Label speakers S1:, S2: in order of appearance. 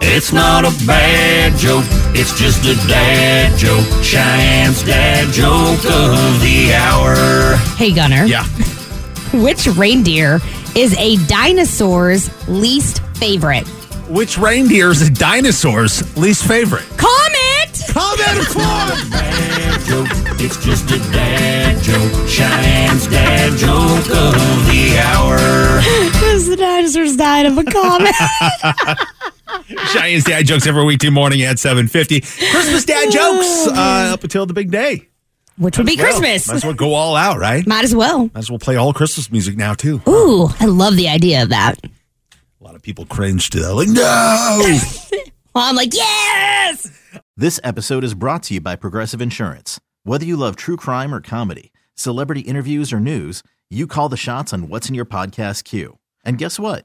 S1: It's not a bad joke, it's just a dad joke. Cheyenne's dad joke of the hour.
S2: Hey, Gunner.
S3: Yeah.
S2: Which reindeer is a dinosaur's least favorite?
S3: Which reindeer is a dinosaur's least favorite?
S2: Comet!
S3: Comment form.
S1: Dad joke, it's just a dad joke. Cheyenne's dad joke of the hour.
S2: Because the dinosaurs died of a comet.
S3: Cheyenne's dad jokes every weekday morning at 750. Christmas dad jokes uh, up until the big day.
S2: Which would be
S3: Well,
S2: Christmas.
S3: Might as well go all out, right?
S2: Might as well.
S3: Might as well play all Christmas music now, too.
S2: Ooh, I love the idea of that.
S3: A lot of people cringe to that. Like, no!
S2: Well, I'm like, yes!
S4: This episode is brought to you by Progressive Insurance. Whether you love true crime or comedy, celebrity interviews or news, you call the shots on what's in your podcast queue. And guess what?